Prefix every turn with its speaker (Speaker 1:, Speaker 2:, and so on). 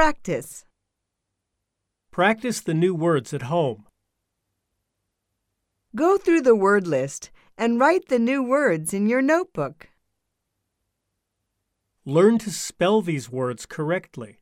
Speaker 1: Practice.
Speaker 2: Practice the new words at home.
Speaker 1: Go through the word list and write the new words in your notebook.
Speaker 2: Learn to spell these words correctly.